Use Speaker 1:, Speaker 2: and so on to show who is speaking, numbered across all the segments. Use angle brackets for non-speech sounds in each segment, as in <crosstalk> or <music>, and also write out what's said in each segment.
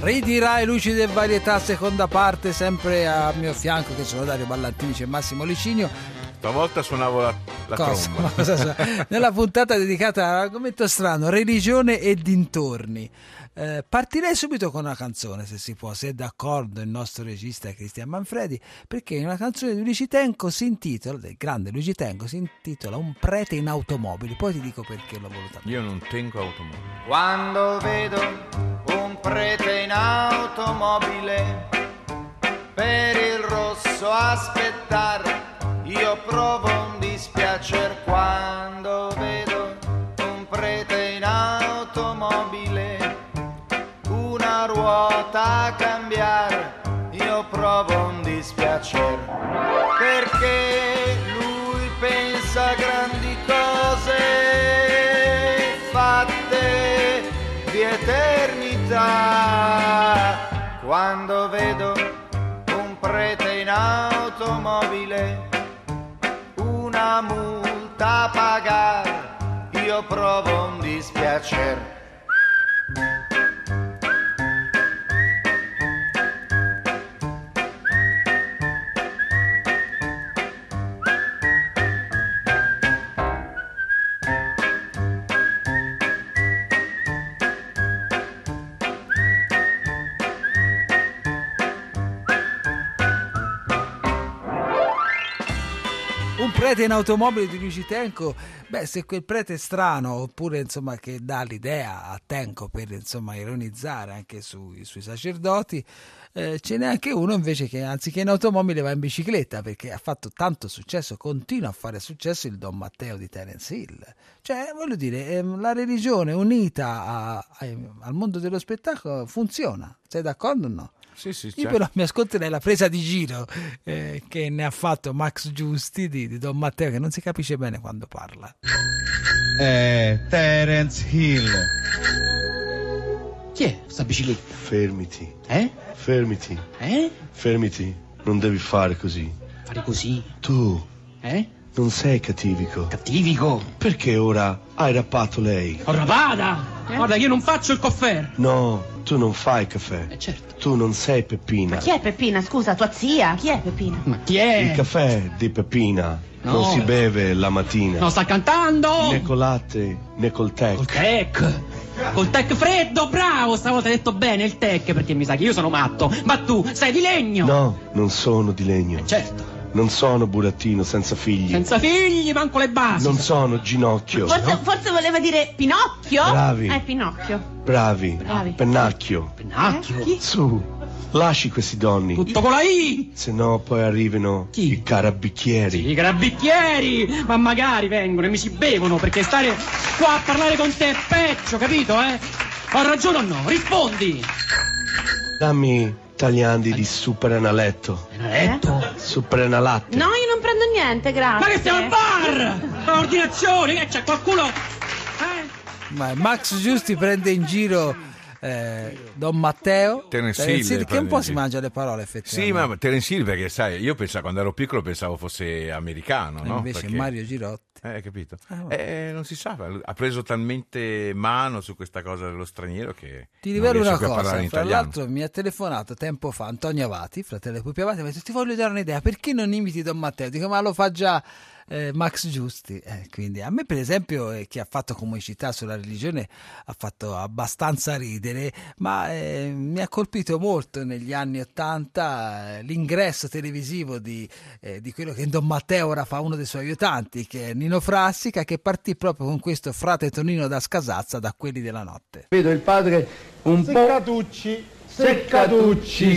Speaker 1: Ridirai Luci e Varietà, seconda parte, sempre a mio fianco che sono Dario Ballantini e Massimo Licinio.
Speaker 2: Stavolta suonavo la, la
Speaker 1: Cosa?
Speaker 2: tromba.
Speaker 1: Ma <laughs> cosa so? Nella puntata dedicata all'argomento strano, religione e dintorni. Eh, partirei subito con una canzone, se si può, se è d'accordo il nostro regista Cristian Manfredi, perché una canzone di Luigi Tenco si intitola, del grande Luigi Tenco, si intitola Un prete in automobili. Poi ti dico perché l'ho voluta.
Speaker 2: Io non tengo automobili.
Speaker 3: Quando vedo un prete in automobile per il rosso aspettare, io provo un dispiacere quando vedo un prete in automobile, una ruota a cambiare, io provo un dispiacere perché lui pensa a grandi cose fatte di eternità. Quando vedo un prete in automobile, una multa a pagare, io provo un dispiacere.
Speaker 1: Un prete in automobile di Luigi Tenco, beh, se quel prete è strano, oppure insomma che dà l'idea a Tenco per insomma ironizzare anche sui, sui sacerdoti, eh, ce n'è anche uno invece che anziché in automobile va in bicicletta perché ha fatto tanto successo, continua a fare successo il Don Matteo di Terence Hill. Cioè, voglio dire, ehm, la religione unita a- ai- al mondo dello spettacolo funziona, sei d'accordo o no?
Speaker 2: Sì, sì,
Speaker 1: Io
Speaker 2: certo.
Speaker 1: però mi ascolterei la presa di giro eh, che ne ha fatto Max Giusti di, di Don Matteo, che non si capisce bene quando parla.
Speaker 4: Eh, Terence Hill.
Speaker 5: Chi è sta bicicletta?
Speaker 6: Fermiti,
Speaker 5: Eh?
Speaker 6: fermiti,
Speaker 5: Eh?
Speaker 6: fermiti. Non devi fare così.
Speaker 5: Fare così?
Speaker 6: Tu
Speaker 5: Eh?
Speaker 6: non sei cattivico.
Speaker 5: Cattivico!
Speaker 6: Perché ora hai rappato lei?
Speaker 5: Ho rapada! Guarda che io non faccio il caffè!
Speaker 6: No, tu non fai caffè.
Speaker 5: Eh certo.
Speaker 6: Tu non sei Peppina.
Speaker 7: Chi è Peppina? Scusa, tua zia? Chi è Peppina?
Speaker 5: Ma chi è?
Speaker 6: Il caffè di Peppina
Speaker 5: No.
Speaker 6: non si beve la mattina.
Speaker 5: No, sta cantando!
Speaker 6: Né col latte, né col tè.
Speaker 5: Col tec! Col tec freddo, bravo! Stavolta hai detto bene il tec perché mi sa che io sono matto, ma tu sei di legno!
Speaker 6: No, non sono di legno.
Speaker 5: Certo!
Speaker 6: Non sono burattino senza figli.
Speaker 5: Senza figli, manco le basi!
Speaker 6: Non sono ginocchio.
Speaker 7: Forse, forse voleva dire Pinocchio?
Speaker 6: Bravi.
Speaker 7: Eh, Pinocchio. Eh,
Speaker 6: Bravi.
Speaker 7: Bravi.
Speaker 6: Pennacchio.
Speaker 5: Pennacchio!
Speaker 6: Su, lasci questi donni.
Speaker 5: Tutto con la I!
Speaker 6: Se no poi arrivano
Speaker 5: Chi?
Speaker 6: i carabicchieri.
Speaker 5: I grabicchieri! Ma magari vengono e mi si bevono perché stare qua a parlare con te è peggio, capito, eh? Ho ragione o no? Rispondi!
Speaker 6: Dammi tagliandi di superanaletto.
Speaker 5: Eh Benedetto!
Speaker 6: Superanalatte.
Speaker 7: No, io non prendo niente, grazie.
Speaker 5: Ma che siamo al bar! Ordinazione, che c'è qualcuno? Eh?
Speaker 1: Ma Max Giusti prende in giro eh, Don Matteo,
Speaker 2: Terence Hill
Speaker 1: che
Speaker 2: prende
Speaker 1: un po'
Speaker 2: in
Speaker 1: si
Speaker 2: giro.
Speaker 1: mangia le parole effettivamente.
Speaker 2: Sì, ma Terence Hill, perché sai, io pensavo, quando ero piccolo pensavo fosse americano,
Speaker 1: E
Speaker 2: no?
Speaker 1: Eh, invece
Speaker 2: Perché-
Speaker 1: Mario Girotti.
Speaker 2: Eh, capito.
Speaker 1: Ah, vabbè.
Speaker 2: eh, non si sa, ha preso talmente mano su questa cosa dello straniero che
Speaker 1: Ti
Speaker 2: non
Speaker 1: rivelo
Speaker 2: riesce
Speaker 1: una
Speaker 2: più a
Speaker 1: cosa,
Speaker 2: parlare in
Speaker 1: fra
Speaker 2: italiano.
Speaker 1: l'altro mi ha telefonato tempo fa Antonio Avati, fratello di Pupi Avati, mi ha detto ti voglio dare un'idea, perché non imiti Don Matteo? Dico ma lo fa già eh, Max Giusti, Eh, quindi a me per esempio eh, chi ha fatto comicità sulla religione ha fatto abbastanza ridere, ma eh, mi ha colpito molto negli anni Ottanta eh, l'ingresso televisivo di, eh, di quello che Don Matteo ora fa uno dei suoi aiutanti, che è Nino Frassica, che partì proprio con questo frate Tonino da Scasazza da quelli della notte.
Speaker 8: Vedo il padre un
Speaker 9: Seccatucci.
Speaker 8: Seccatucci.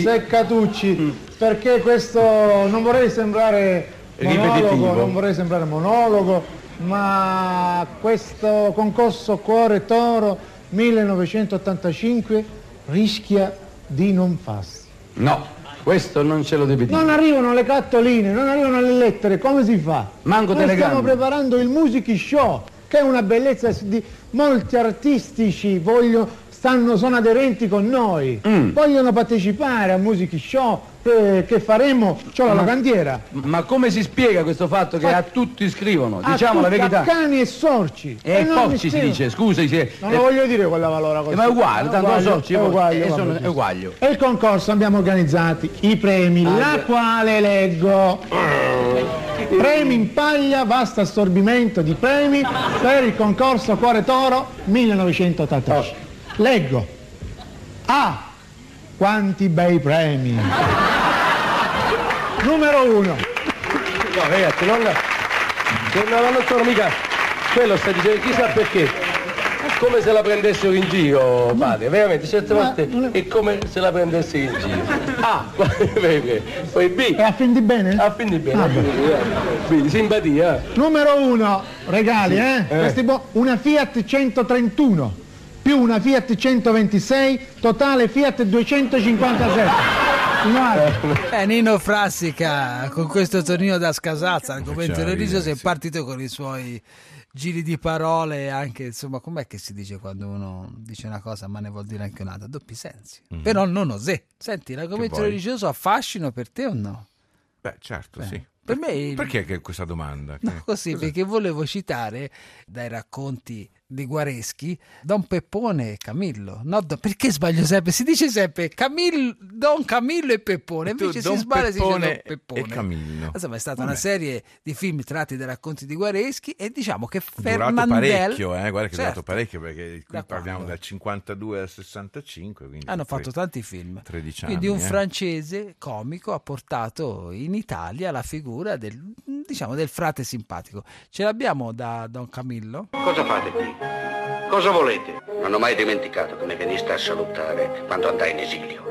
Speaker 9: Seccatucci, Seccatucci, perché questo non vorrei sembrare monologo,
Speaker 8: Ripetitivo.
Speaker 9: non vorrei sembrare monologo, ma questo concorso Cuore Toro 1985 rischia di non farsi.
Speaker 8: po'... No, questo non ce lo devi dire.
Speaker 9: Non arrivano le cartoline, non arrivano le lettere, come si fa?
Speaker 8: Manco
Speaker 9: Noi stiamo
Speaker 8: telegrammi.
Speaker 9: preparando il Music Show, che è una bellezza di molti artistici voglio- stanno, sono aderenti con noi,
Speaker 8: Mm.
Speaker 9: vogliono partecipare a music show eh, che faremo, c'ho la cantiera.
Speaker 8: Ma come si spiega questo fatto che a tutti scrivono? Diciamo la verità.
Speaker 9: A cani e sorci.
Speaker 6: Eh,
Speaker 8: E
Speaker 9: non mi
Speaker 8: porci si
Speaker 9: spiego.
Speaker 8: dice, scusi, se...
Speaker 9: Non
Speaker 8: eh,
Speaker 9: lo voglio dire quella valora così.
Speaker 8: ma è uguale, tanto lo so, ci
Speaker 9: è
Speaker 8: vuole-
Speaker 9: uguale,
Speaker 8: eh,
Speaker 9: va
Speaker 8: sono-
Speaker 9: bene.
Speaker 8: è uguale. Ah,
Speaker 9: E il concorso abbiamo organizzati i premi, la quale leggo. Premi in paglia, vasto assorbimento di premi per il concorso Cuore Toro 1986. Leggo. A. Quanti bei premi.
Speaker 8: <laughs>
Speaker 9: Numero 1.
Speaker 6: No, ragazzi, non la... se- no, ma non sono mica... Quello sta dicendo, chissà perché. Come se la prendessero in giro, padre, veramente, certe volte è come se la prendessi in giro. A, <laughs> vedi, poi
Speaker 9: E
Speaker 6: B,
Speaker 9: a fin di bene?
Speaker 6: a fin di bene,
Speaker 9: Ah, beh.
Speaker 6: B, simpatia.
Speaker 9: Numero uno, regali, eh? Questi bo- una Fiat 131 più una Fiat 126, totale Fiat 257. Signore,
Speaker 1: Eh, Nino Frassica con questo tornino da scasazza, argomento
Speaker 2: Faceva
Speaker 1: del riso,
Speaker 2: ridere,
Speaker 1: si è
Speaker 2: Cioè, sì.
Speaker 1: partito con i suoi giri di parole, anche insomma, com'è che si dice quando uno dice una cosa ma ne vuol dire anche un'altra? Doppi sensi. Però non osè. Senti, l'argomento
Speaker 2: Mm. Che vuoi?
Speaker 1: religioso ha fascino per te o no?
Speaker 2: Beh, certo, sì.
Speaker 1: Per me Eh. il-
Speaker 2: Perché che questa domanda?
Speaker 1: No, così, perché volevo citare dai racconti di Guareschi Don Peppone e Camillo. No, Don- perché sbaglio sempre? Si dice sempre Camillo, Don Camillo e Peppone,
Speaker 2: E tu,
Speaker 1: invece
Speaker 2: Don
Speaker 1: si sbaglia e si dice Don
Speaker 2: Peppone
Speaker 1: Peppone.
Speaker 2: e Camillo.
Speaker 1: Insomma, è stata
Speaker 2: Vabbè.
Speaker 1: una serie di film tratti dai racconti di Guareschi e diciamo che
Speaker 2: durato
Speaker 1: Fernandel...
Speaker 2: parecchio, eh? guarda che è
Speaker 1: Certo,
Speaker 2: durato parecchio perché qui
Speaker 1: Da
Speaker 2: parliamo
Speaker 1: quando?
Speaker 2: dal 52 al 65. Quindi
Speaker 1: Hanno
Speaker 2: tre-
Speaker 1: fatto tanti film.
Speaker 2: 13
Speaker 1: Quindi
Speaker 2: anni,
Speaker 1: un
Speaker 2: eh.
Speaker 1: francese comico ha portato in Italia la figura del, diciamo, del frate simpatico. Ce l'abbiamo da Don Camillo?
Speaker 10: Cosa fate qui? Cosa volete? Non ho mai dimenticato come veniste a salutare quando andai in esilio.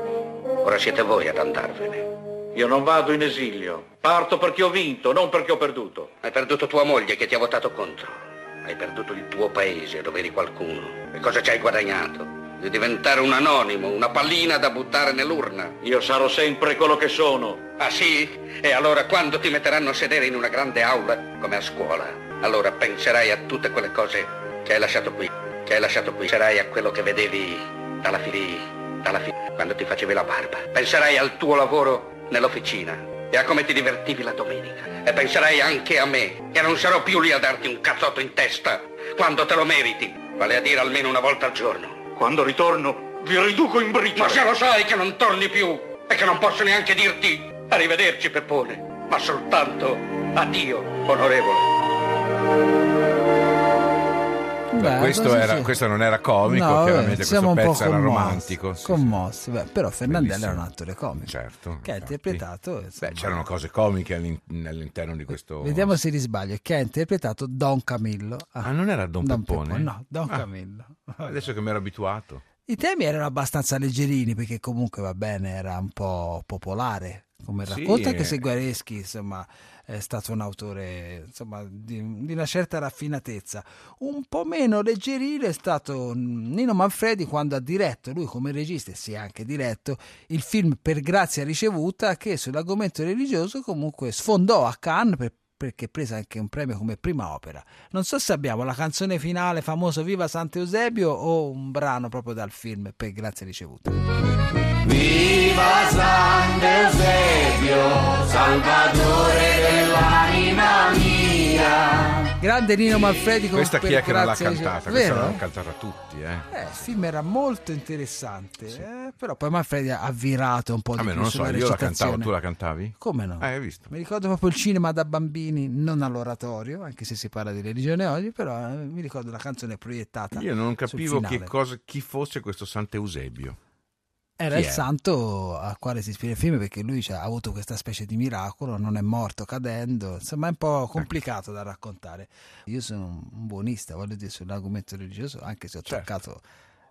Speaker 10: Ora siete voi ad andarvene. Io non vado in esilio. Parto perché ho vinto, non perché ho perduto. Hai perduto tua moglie che ti ha votato contro. Hai perduto il tuo paese dove eri qualcuno. E cosa ci hai guadagnato? Di diventare un anonimo, una pallina da buttare nell'urna. Io sarò sempre quello che sono. Ah sì? E allora quando ti metteranno a sedere in una grande aula, come a scuola, allora penserai a tutte quelle cose che hai lasciato qui, che hai lasciato qui. Penserai a quello che vedevi dalla fili, dalla fili, quando ti facevi la barba. Penserai al tuo lavoro nell'officina e a come ti divertivi la domenica. E penserai anche a me, che non sarò più lì a darti un cazzotto in testa quando te lo meriti, vale a dire almeno una volta al giorno. Quando ritorno vi riduco in briciole. Ma se lo sai che non torni più e che non posso neanche dirti arrivederci Peppone, ma soltanto addio, onorevole.
Speaker 2: Beh,
Speaker 1: Beh,
Speaker 2: questo,
Speaker 1: sì,
Speaker 2: era-
Speaker 1: sì.
Speaker 2: questo non era comico,
Speaker 1: No, vabbè,
Speaker 2: chiaramente questo
Speaker 1: siamo un po'
Speaker 2: pezzo era
Speaker 1: commossi,
Speaker 2: romantico. sì, sì.
Speaker 1: commossi, beh, però Fernandella
Speaker 2: Bellissimo.
Speaker 1: era un attore comico
Speaker 2: Certo.
Speaker 1: che ha
Speaker 2: infatti.
Speaker 1: interpretato.
Speaker 2: Beh,
Speaker 1: insomma,
Speaker 2: c'erano cose comiche all'in- all'interno di questo.
Speaker 1: Vediamo se risbaglio. Che ha interpretato Don Camillo.
Speaker 2: Ah, non era Don, Peppone?
Speaker 1: No, Don
Speaker 2: Ah,
Speaker 1: Camillo.
Speaker 2: Adesso che mi ero abituato.
Speaker 1: I temi erano abbastanza leggerini perché comunque va bene, era un po' popolare come
Speaker 2: Sì,
Speaker 1: racconto, anche
Speaker 2: eh.
Speaker 1: se Guareschi insomma è stato un autore insomma, di, di una certa raffinatezza. Un po' meno leggerino è stato Nino Manfredi quando ha diretto, lui come regista e si è anche diretto, il film Per grazia ricevuta che sull'argomento religioso comunque sfondò a Cannes per- perché prese anche un premio come prima opera. Non so se abbiamo la canzone finale famoso Viva Sant'Eusebio o un brano proprio dal film Per grazia ricevuta.
Speaker 3: Viva San Eusebio, salvatore dell'anima mia.
Speaker 1: Grande Nino Manfredi con
Speaker 2: Questa chi è
Speaker 1: Per
Speaker 2: che non l'ha
Speaker 1: grazia ricevuta.
Speaker 2: cantata? Questa
Speaker 1: Vero?
Speaker 2: l'hanno cantata tutti, eh.
Speaker 1: Eh, il film era molto interessante, eh, però poi Manfredi ha virato un po' di
Speaker 2: A me
Speaker 1: più
Speaker 2: Ah, non lo so,
Speaker 1: sulla
Speaker 2: io la
Speaker 1: recitazione.
Speaker 2: cantavo, tu la cantavi?
Speaker 1: Come no?
Speaker 2: Ah, hai visto?
Speaker 1: Mi ricordo proprio il cinema da bambini, non all'oratorio, anche se si parla di religione oggi, però eh, mi ricordo la canzone proiettata.
Speaker 2: Io non
Speaker 1: sul
Speaker 2: capivo che
Speaker 1: finale.
Speaker 2: cosa, chi fosse questo Sant'Eusebio.
Speaker 1: Era
Speaker 2: Chi
Speaker 1: il
Speaker 2: è?
Speaker 1: santo al quale si ispira il film perché lui cioè, ha avuto questa specie di miracolo, non è morto cadendo, insomma è un po'
Speaker 2: Ecco.
Speaker 1: complicato da raccontare. Io sono un buonista, voglio dire, sull'argomento religioso, anche se ho
Speaker 2: Certo.
Speaker 1: toccato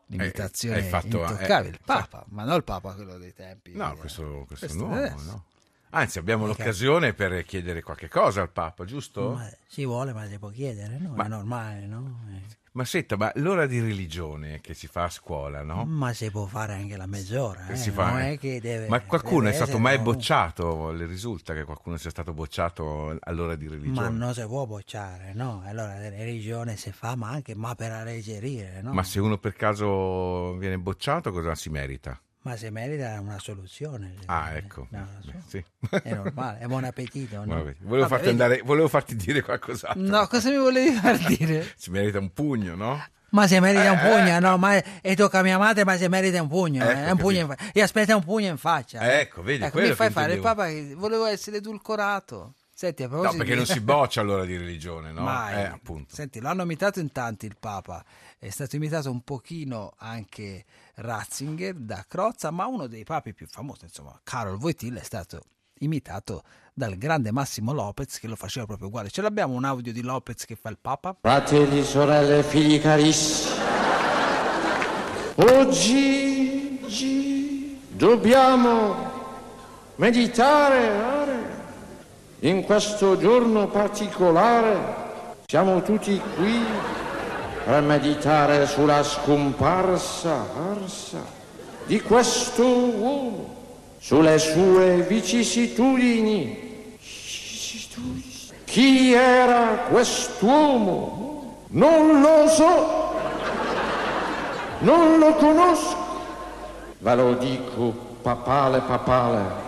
Speaker 1: l'imitazione
Speaker 2: Eh, hai fatto-
Speaker 1: intoccabile.
Speaker 2: eh,
Speaker 1: il Papa, ma non il Papa quello dei tempi.
Speaker 2: No,
Speaker 1: Eh,
Speaker 2: questo, questo,
Speaker 1: questo
Speaker 2: nuovo,
Speaker 1: adesso.
Speaker 2: no? Anzi, abbiamo l'occasione per chiedere qualche cosa al Papa, giusto?
Speaker 11: Ma si vuole, ma si può chiedere, no?
Speaker 2: Ma-
Speaker 11: È normale, no? Eh.
Speaker 2: Ma senta, ma l'ora di religione che si fa a scuola, no?
Speaker 11: Ma si può fare anche la mezz'ora,
Speaker 2: Che
Speaker 11: Mm, eh,
Speaker 2: si fa-
Speaker 11: non è che deve...
Speaker 2: ma qualcuno
Speaker 11: deve
Speaker 2: è stato
Speaker 11: essere
Speaker 2: mai
Speaker 11: un-
Speaker 2: bocciato? Le risulta che qualcuno sia stato bocciato all'ora di
Speaker 11: Ma
Speaker 2: religione?
Speaker 11: non si può bocciare, no? Allora la religione si fa, ma anche ma per alleggerire, no?
Speaker 2: Ma se uno per caso viene bocciato, cosa si merita?
Speaker 11: Ma se merita una soluzione, eh.
Speaker 2: Ah, ecco. Beh, sì.
Speaker 11: è normale, è buon
Speaker 2: <laughs>
Speaker 11: appetito, no?
Speaker 2: Vabbè, Volevo,
Speaker 11: Vabbè,
Speaker 2: farti
Speaker 11: vedi-
Speaker 2: andare- volevo farti dire qualcos'altro.
Speaker 1: No, cosa mi volevi
Speaker 2: <laughs>
Speaker 1: far dire?
Speaker 2: Si merita un pugno, no?
Speaker 11: Ma se merita un
Speaker 2: Eh,
Speaker 11: pugno, no? Ma e tocca a mia madre, ma se merita un pugno,
Speaker 2: Ecco,
Speaker 11: eh, un pugno in fa- e aspetta un pugno in faccia. eh.
Speaker 2: Ecco, vedi,
Speaker 1: Ecco,
Speaker 2: quello
Speaker 1: mi fai
Speaker 2: che
Speaker 1: fare il
Speaker 2: intendevo.
Speaker 1: papa che volevo essere edulcorato. Senti, a
Speaker 2: No,
Speaker 1: proposito
Speaker 2: perché
Speaker 1: di-
Speaker 2: non
Speaker 11: <laughs>
Speaker 2: si boccia all'ora di religione, no?
Speaker 1: Mai.
Speaker 2: Eh, appunto.
Speaker 1: Senti, l'hanno imitato in tanti il Papa, è stato imitato un pochino anche Ratzinger da Crozza, ma uno dei papi più famosi, insomma, Carol Wojtyla, è stato imitato dal grande Massimo Lopez che lo faceva proprio uguale. Ce l'abbiamo un audio di Lopez che fa il Papa?
Speaker 12: Fratelli, sorelle, figli carissimi, oggi dobbiamo meditare eh? in questo giorno particolare. Siamo tutti qui per meditare sulla scomparsa arsa di questo uomo, sulle sue vicissitudini. Chi era quest'uomo? Non lo so, non lo conosco. Ve lo dico papale papale.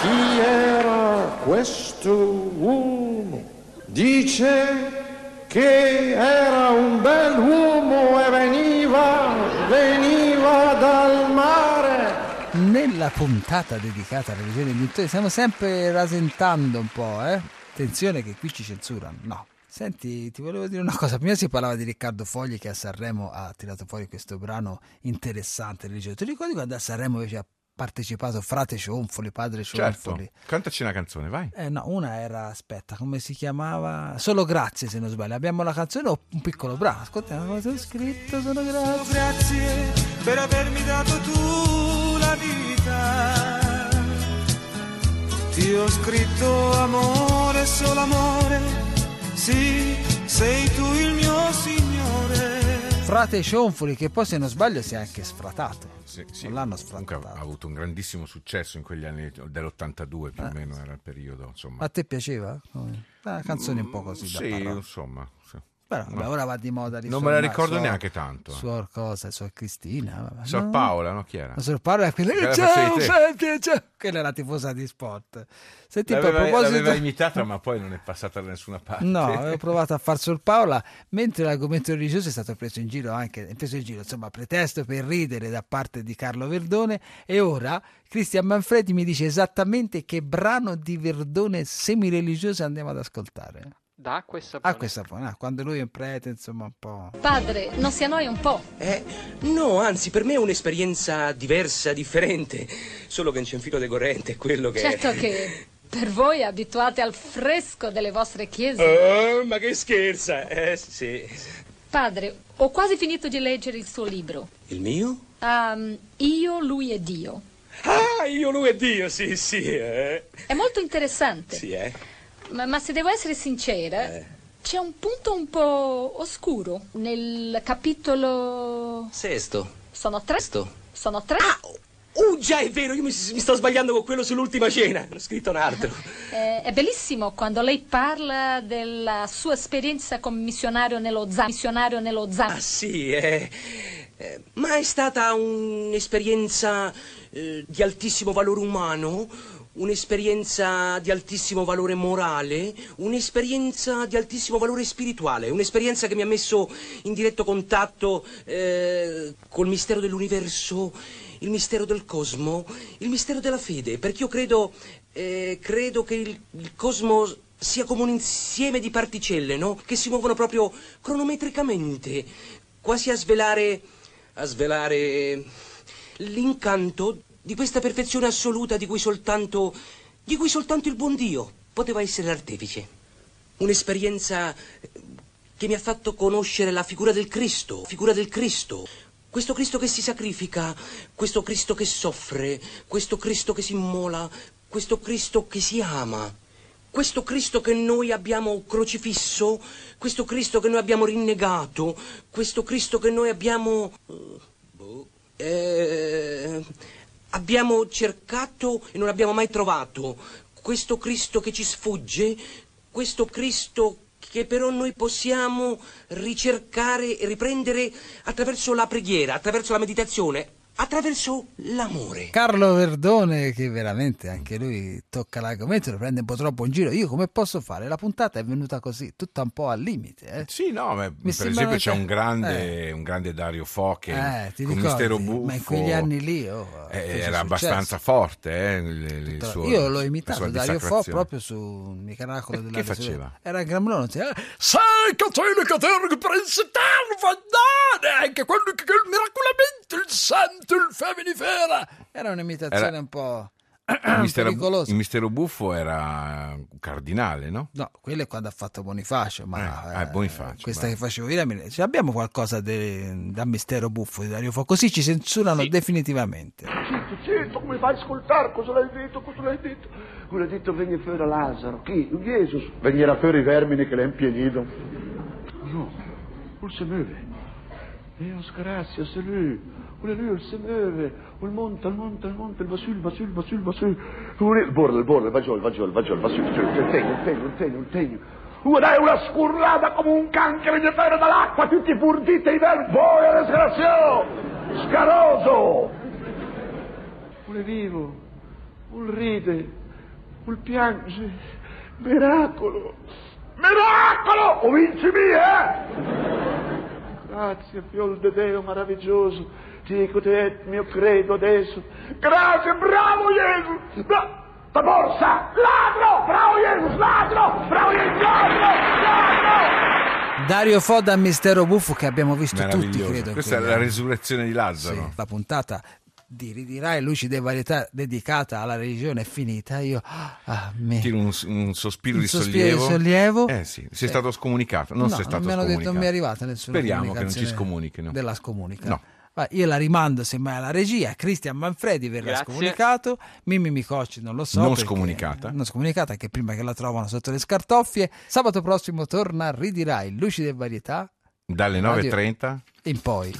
Speaker 12: Chi era questo uomo? Dice che era un bel uomo e veniva, veniva dal mare.
Speaker 1: Nella puntata dedicata alla religione degli intorni stiamo sempre rasentando un po', eh? Attenzione che qui ci censurano. No. Senti, ti volevo dire una cosa. Prima si parlava di Riccardo Fogli che a Sanremo ha tirato fuori questo brano interessante religioso. Ti ricordi quando a Sanremo invece ha partecipato Frate Cionfoli, Padre
Speaker 2: Certo.
Speaker 1: Cionfoli?
Speaker 2: Cantaci una canzone, vai.
Speaker 1: Eh no, una era, aspetta, come si chiamava? Solo grazie se non sbaglio. Abbiamo la canzone o un piccolo brano? Ascoltiamo cosa ho scritto, solo grazie.
Speaker 13: Grazie per avermi dato tu la vita. Ti ho scritto amore, solo amore. Sì, sei tu il mio Signore.
Speaker 1: Frate Cionfoli che poi se non sbaglio si è anche sfratato.
Speaker 2: Sì, sì. Comunque ha avuto un grandissimo successo in quegli anni dell'82
Speaker 1: Eh,
Speaker 2: più o meno era il periodo, insomma.
Speaker 1: A te piaceva? Come? Una canzone un po' così
Speaker 2: mm. Sì,
Speaker 1: da parrocchia.
Speaker 2: insomma. sì.
Speaker 1: Però vabbè,
Speaker 2: No.
Speaker 1: ora va di moda. di
Speaker 2: Non me la
Speaker 1: Suor-
Speaker 2: ricordo
Speaker 1: Suor-
Speaker 2: neanche tanto, eh.
Speaker 1: Suor cosa? Suor Cristina? vabbè.
Speaker 2: Sor
Speaker 1: No.
Speaker 2: Paola, no? Chi era?
Speaker 1: La Suor Paola è quella.
Speaker 2: Che la
Speaker 1: Ciao,
Speaker 2: facevi te.
Speaker 1: Fabio, ciao. Quella era la tifosa di sport. Senti, poi, a
Speaker 2: l'aveva, l'aveva
Speaker 1: proposito...
Speaker 2: imitata ma poi non è passata da nessuna parte.
Speaker 1: No, avevo provato a far Suor Paola, mentre l'argomento religioso è stato preso in giro anche, preso in giro, insomma, pretesto per ridere da parte di Carlo Verdone e ora Cristian Manfredi mi dice esattamente che brano di Verdone semireligioso andiamo ad ascoltare.
Speaker 14: Da acqua e sapone.
Speaker 1: Ah, questa poi, ah, quando lui è un prete, insomma, un po'.
Speaker 15: Padre, non si annoia un po'?
Speaker 16: Eh, no, anzi, per me è un'esperienza diversa, differente. Solo che non c'è un filo di corrente, è quello che.
Speaker 15: Certo che per voi abituate al fresco delle vostre chiese.
Speaker 16: Oh, ma che scherza! Eh, sì.
Speaker 15: Padre, ho quasi finito di leggere il suo libro.
Speaker 16: Il mio?
Speaker 15: Ehm, io, lui e Dio.
Speaker 16: Ah, io, lui e Dio, sì, sì, eh.
Speaker 15: È molto interessante,
Speaker 16: Sì, eh.
Speaker 15: ma, ma se devo essere sincera, c'è un punto un po' oscuro nel capitolo...
Speaker 16: Sesto.
Speaker 15: Sono tre?
Speaker 16: Sesto.
Speaker 15: Sono tre?
Speaker 16: Uh, già, è vero, io mi, mi sto sbagliando con quello sull'ultima cena. Ho scritto un altro.
Speaker 15: Eh, è bellissimo quando lei parla della sua esperienza come missionario nello Zan. Missionario nello Zan.
Speaker 16: Sì, eh, eh, ma è stata un'esperienza eh, di altissimo valore umano, un'esperienza di altissimo valore morale, un'esperienza di altissimo valore spirituale, un'esperienza che mi ha messo in diretto contatto eh, col mistero dell'universo, il mistero del cosmo, il mistero della fede, perché io credo, eh, credo che il, il cosmo sia come un insieme di particelle, no? Che si muovono proprio cronometricamente, quasi a svelare, a svelare l'incanto di questa perfezione assoluta di cui soltanto, di cui soltanto il buon Dio poteva essere l'artefice. Un'esperienza eh, che mi ha fatto conoscere la figura del Cristo, figura del Cristo, Questo Cristo che si sacrifica, questo Cristo che soffre, questo Cristo che si immola, questo Cristo che si ama, questo Cristo che noi abbiamo crocifisso, questo Cristo che noi abbiamo rinnegato, questo Cristo che noi abbiamo... eh, boh, eh, abbiamo cercato e non abbiamo mai trovato, questo Cristo che ci sfugge, questo Cristo che però noi possiamo ricercare e riprendere attraverso la preghiera, attraverso la meditazione, attraverso l'amore.
Speaker 1: Carlo Verdone, che veramente anche lui tocca l'argomento, lo prende un po' troppo in giro. Io come posso fare? La puntata è venuta così, tutta un po' al limite. eh.
Speaker 2: Sì, no, ma per
Speaker 1: sembra
Speaker 2: esempio
Speaker 1: che-
Speaker 2: c'è un grande,
Speaker 1: Eh.
Speaker 2: un grande Dario Fo che
Speaker 1: Eh, ti
Speaker 2: con
Speaker 1: ricordi?
Speaker 2: Mistero
Speaker 1: Ma in
Speaker 2: Buffo
Speaker 1: quegli anni lì oh,
Speaker 2: eh,
Speaker 1: fece
Speaker 2: era
Speaker 1: successo.
Speaker 2: abbastanza forte eh, il- il- il suo-
Speaker 1: Io l'ho
Speaker 2: la
Speaker 1: imitato
Speaker 2: sua
Speaker 1: Dario Fo
Speaker 2: dissacrazione.
Speaker 1: proprio su Miracolo
Speaker 2: E
Speaker 1: della
Speaker 2: che
Speaker 1: Resurrezione.
Speaker 2: faceva?
Speaker 1: Era il gremlone, diceva, sai catene per presentare fandane, anche quello che che miracolamente il santo, il femminifera. Era un'imitazione
Speaker 2: Era-
Speaker 1: un po'...
Speaker 2: il,
Speaker 1: <clears throat>
Speaker 2: mistero,
Speaker 1: Ah, pericoloso.
Speaker 2: il Mistero Buffo era un cardinale, no?
Speaker 1: No, quello è quando ha fatto Bonifacio, ma
Speaker 2: Eh, ah, Bonifacio,
Speaker 1: questa
Speaker 2: bravo.
Speaker 1: che facevo io, mi- cioè, abbiamo qualcosa de- da mistero buffo di Dario Fo, così ci censurano definitivamente.
Speaker 14: Zitto, zitto, come fai a ascoltare? Cosa l'hai detto? Cosa l'hai detto? Quello ha detto venne fuori Lazzaro. Chi? Gesù.
Speaker 17: Veniera fuori i vermini che le han pienido.
Speaker 14: No, non si muove. Dio sgrazia, se lui. Quello lui non si muove. Il monta, il monta, il monta, il va su, il va su, il va su, il va su. Il bordo, il bordo, il va giù, il va giù, il va giù, il va su, il tegno, il tegno, il tegno, il tegno. Uh, dai, una scurrata come un cancro di ferro dall'acqua, tutti furditi i vermi. Voi, disgraziato! Scaroso! Un è vivo, un ride, un piange. Miracolo! Miracolo! O vinci eh! mia! Grazie, fiol de Deo meraviglioso. Dico te et mio credo adesso. Grazie, bravo Gesù! Bra- da borsa! Ladro! Bravo Gesù! Ladro! Bravo Gesù! Ladro!
Speaker 1: Dario Fo da mistero buffo che abbiamo visto Cioè, tutti,
Speaker 2: Meraviglioso.
Speaker 1: credo. in
Speaker 2: Questa è
Speaker 1: quegli
Speaker 2: la
Speaker 1: anni.
Speaker 2: resurrezione di Lazzaro.
Speaker 1: la puntata di Ridirai Luci dei Varietà dedicata alla religione è finita. Io ah, mi-
Speaker 2: Tiro un, un sospiro
Speaker 1: Un
Speaker 2: di
Speaker 1: sospiro di
Speaker 2: sollievo.
Speaker 1: sollievo.
Speaker 2: Eh sì, sei stato scomunicato. Non
Speaker 1: No,
Speaker 2: sei stato
Speaker 1: non mi hanno detto
Speaker 2: scomunicato.
Speaker 1: non mi è arrivata nessuna
Speaker 2: Speriamo che non ci
Speaker 1: comunicazione
Speaker 2: scomunichino.
Speaker 1: della scomunica.
Speaker 2: No.
Speaker 1: Ma io la rimando semmai alla regia, Cristian Manfredi verrà
Speaker 2: Grazie.
Speaker 1: scomunicato, Mimmi Micocci non lo so.
Speaker 2: Non
Speaker 1: perché-
Speaker 2: scomunicata.
Speaker 1: Non scomunicata, che prima che la trovano sotto le scartoffie. Sabato prossimo torna Ridirai Luci dei Varietà
Speaker 2: Dalle
Speaker 1: Radio-
Speaker 2: 9.30
Speaker 1: in poi.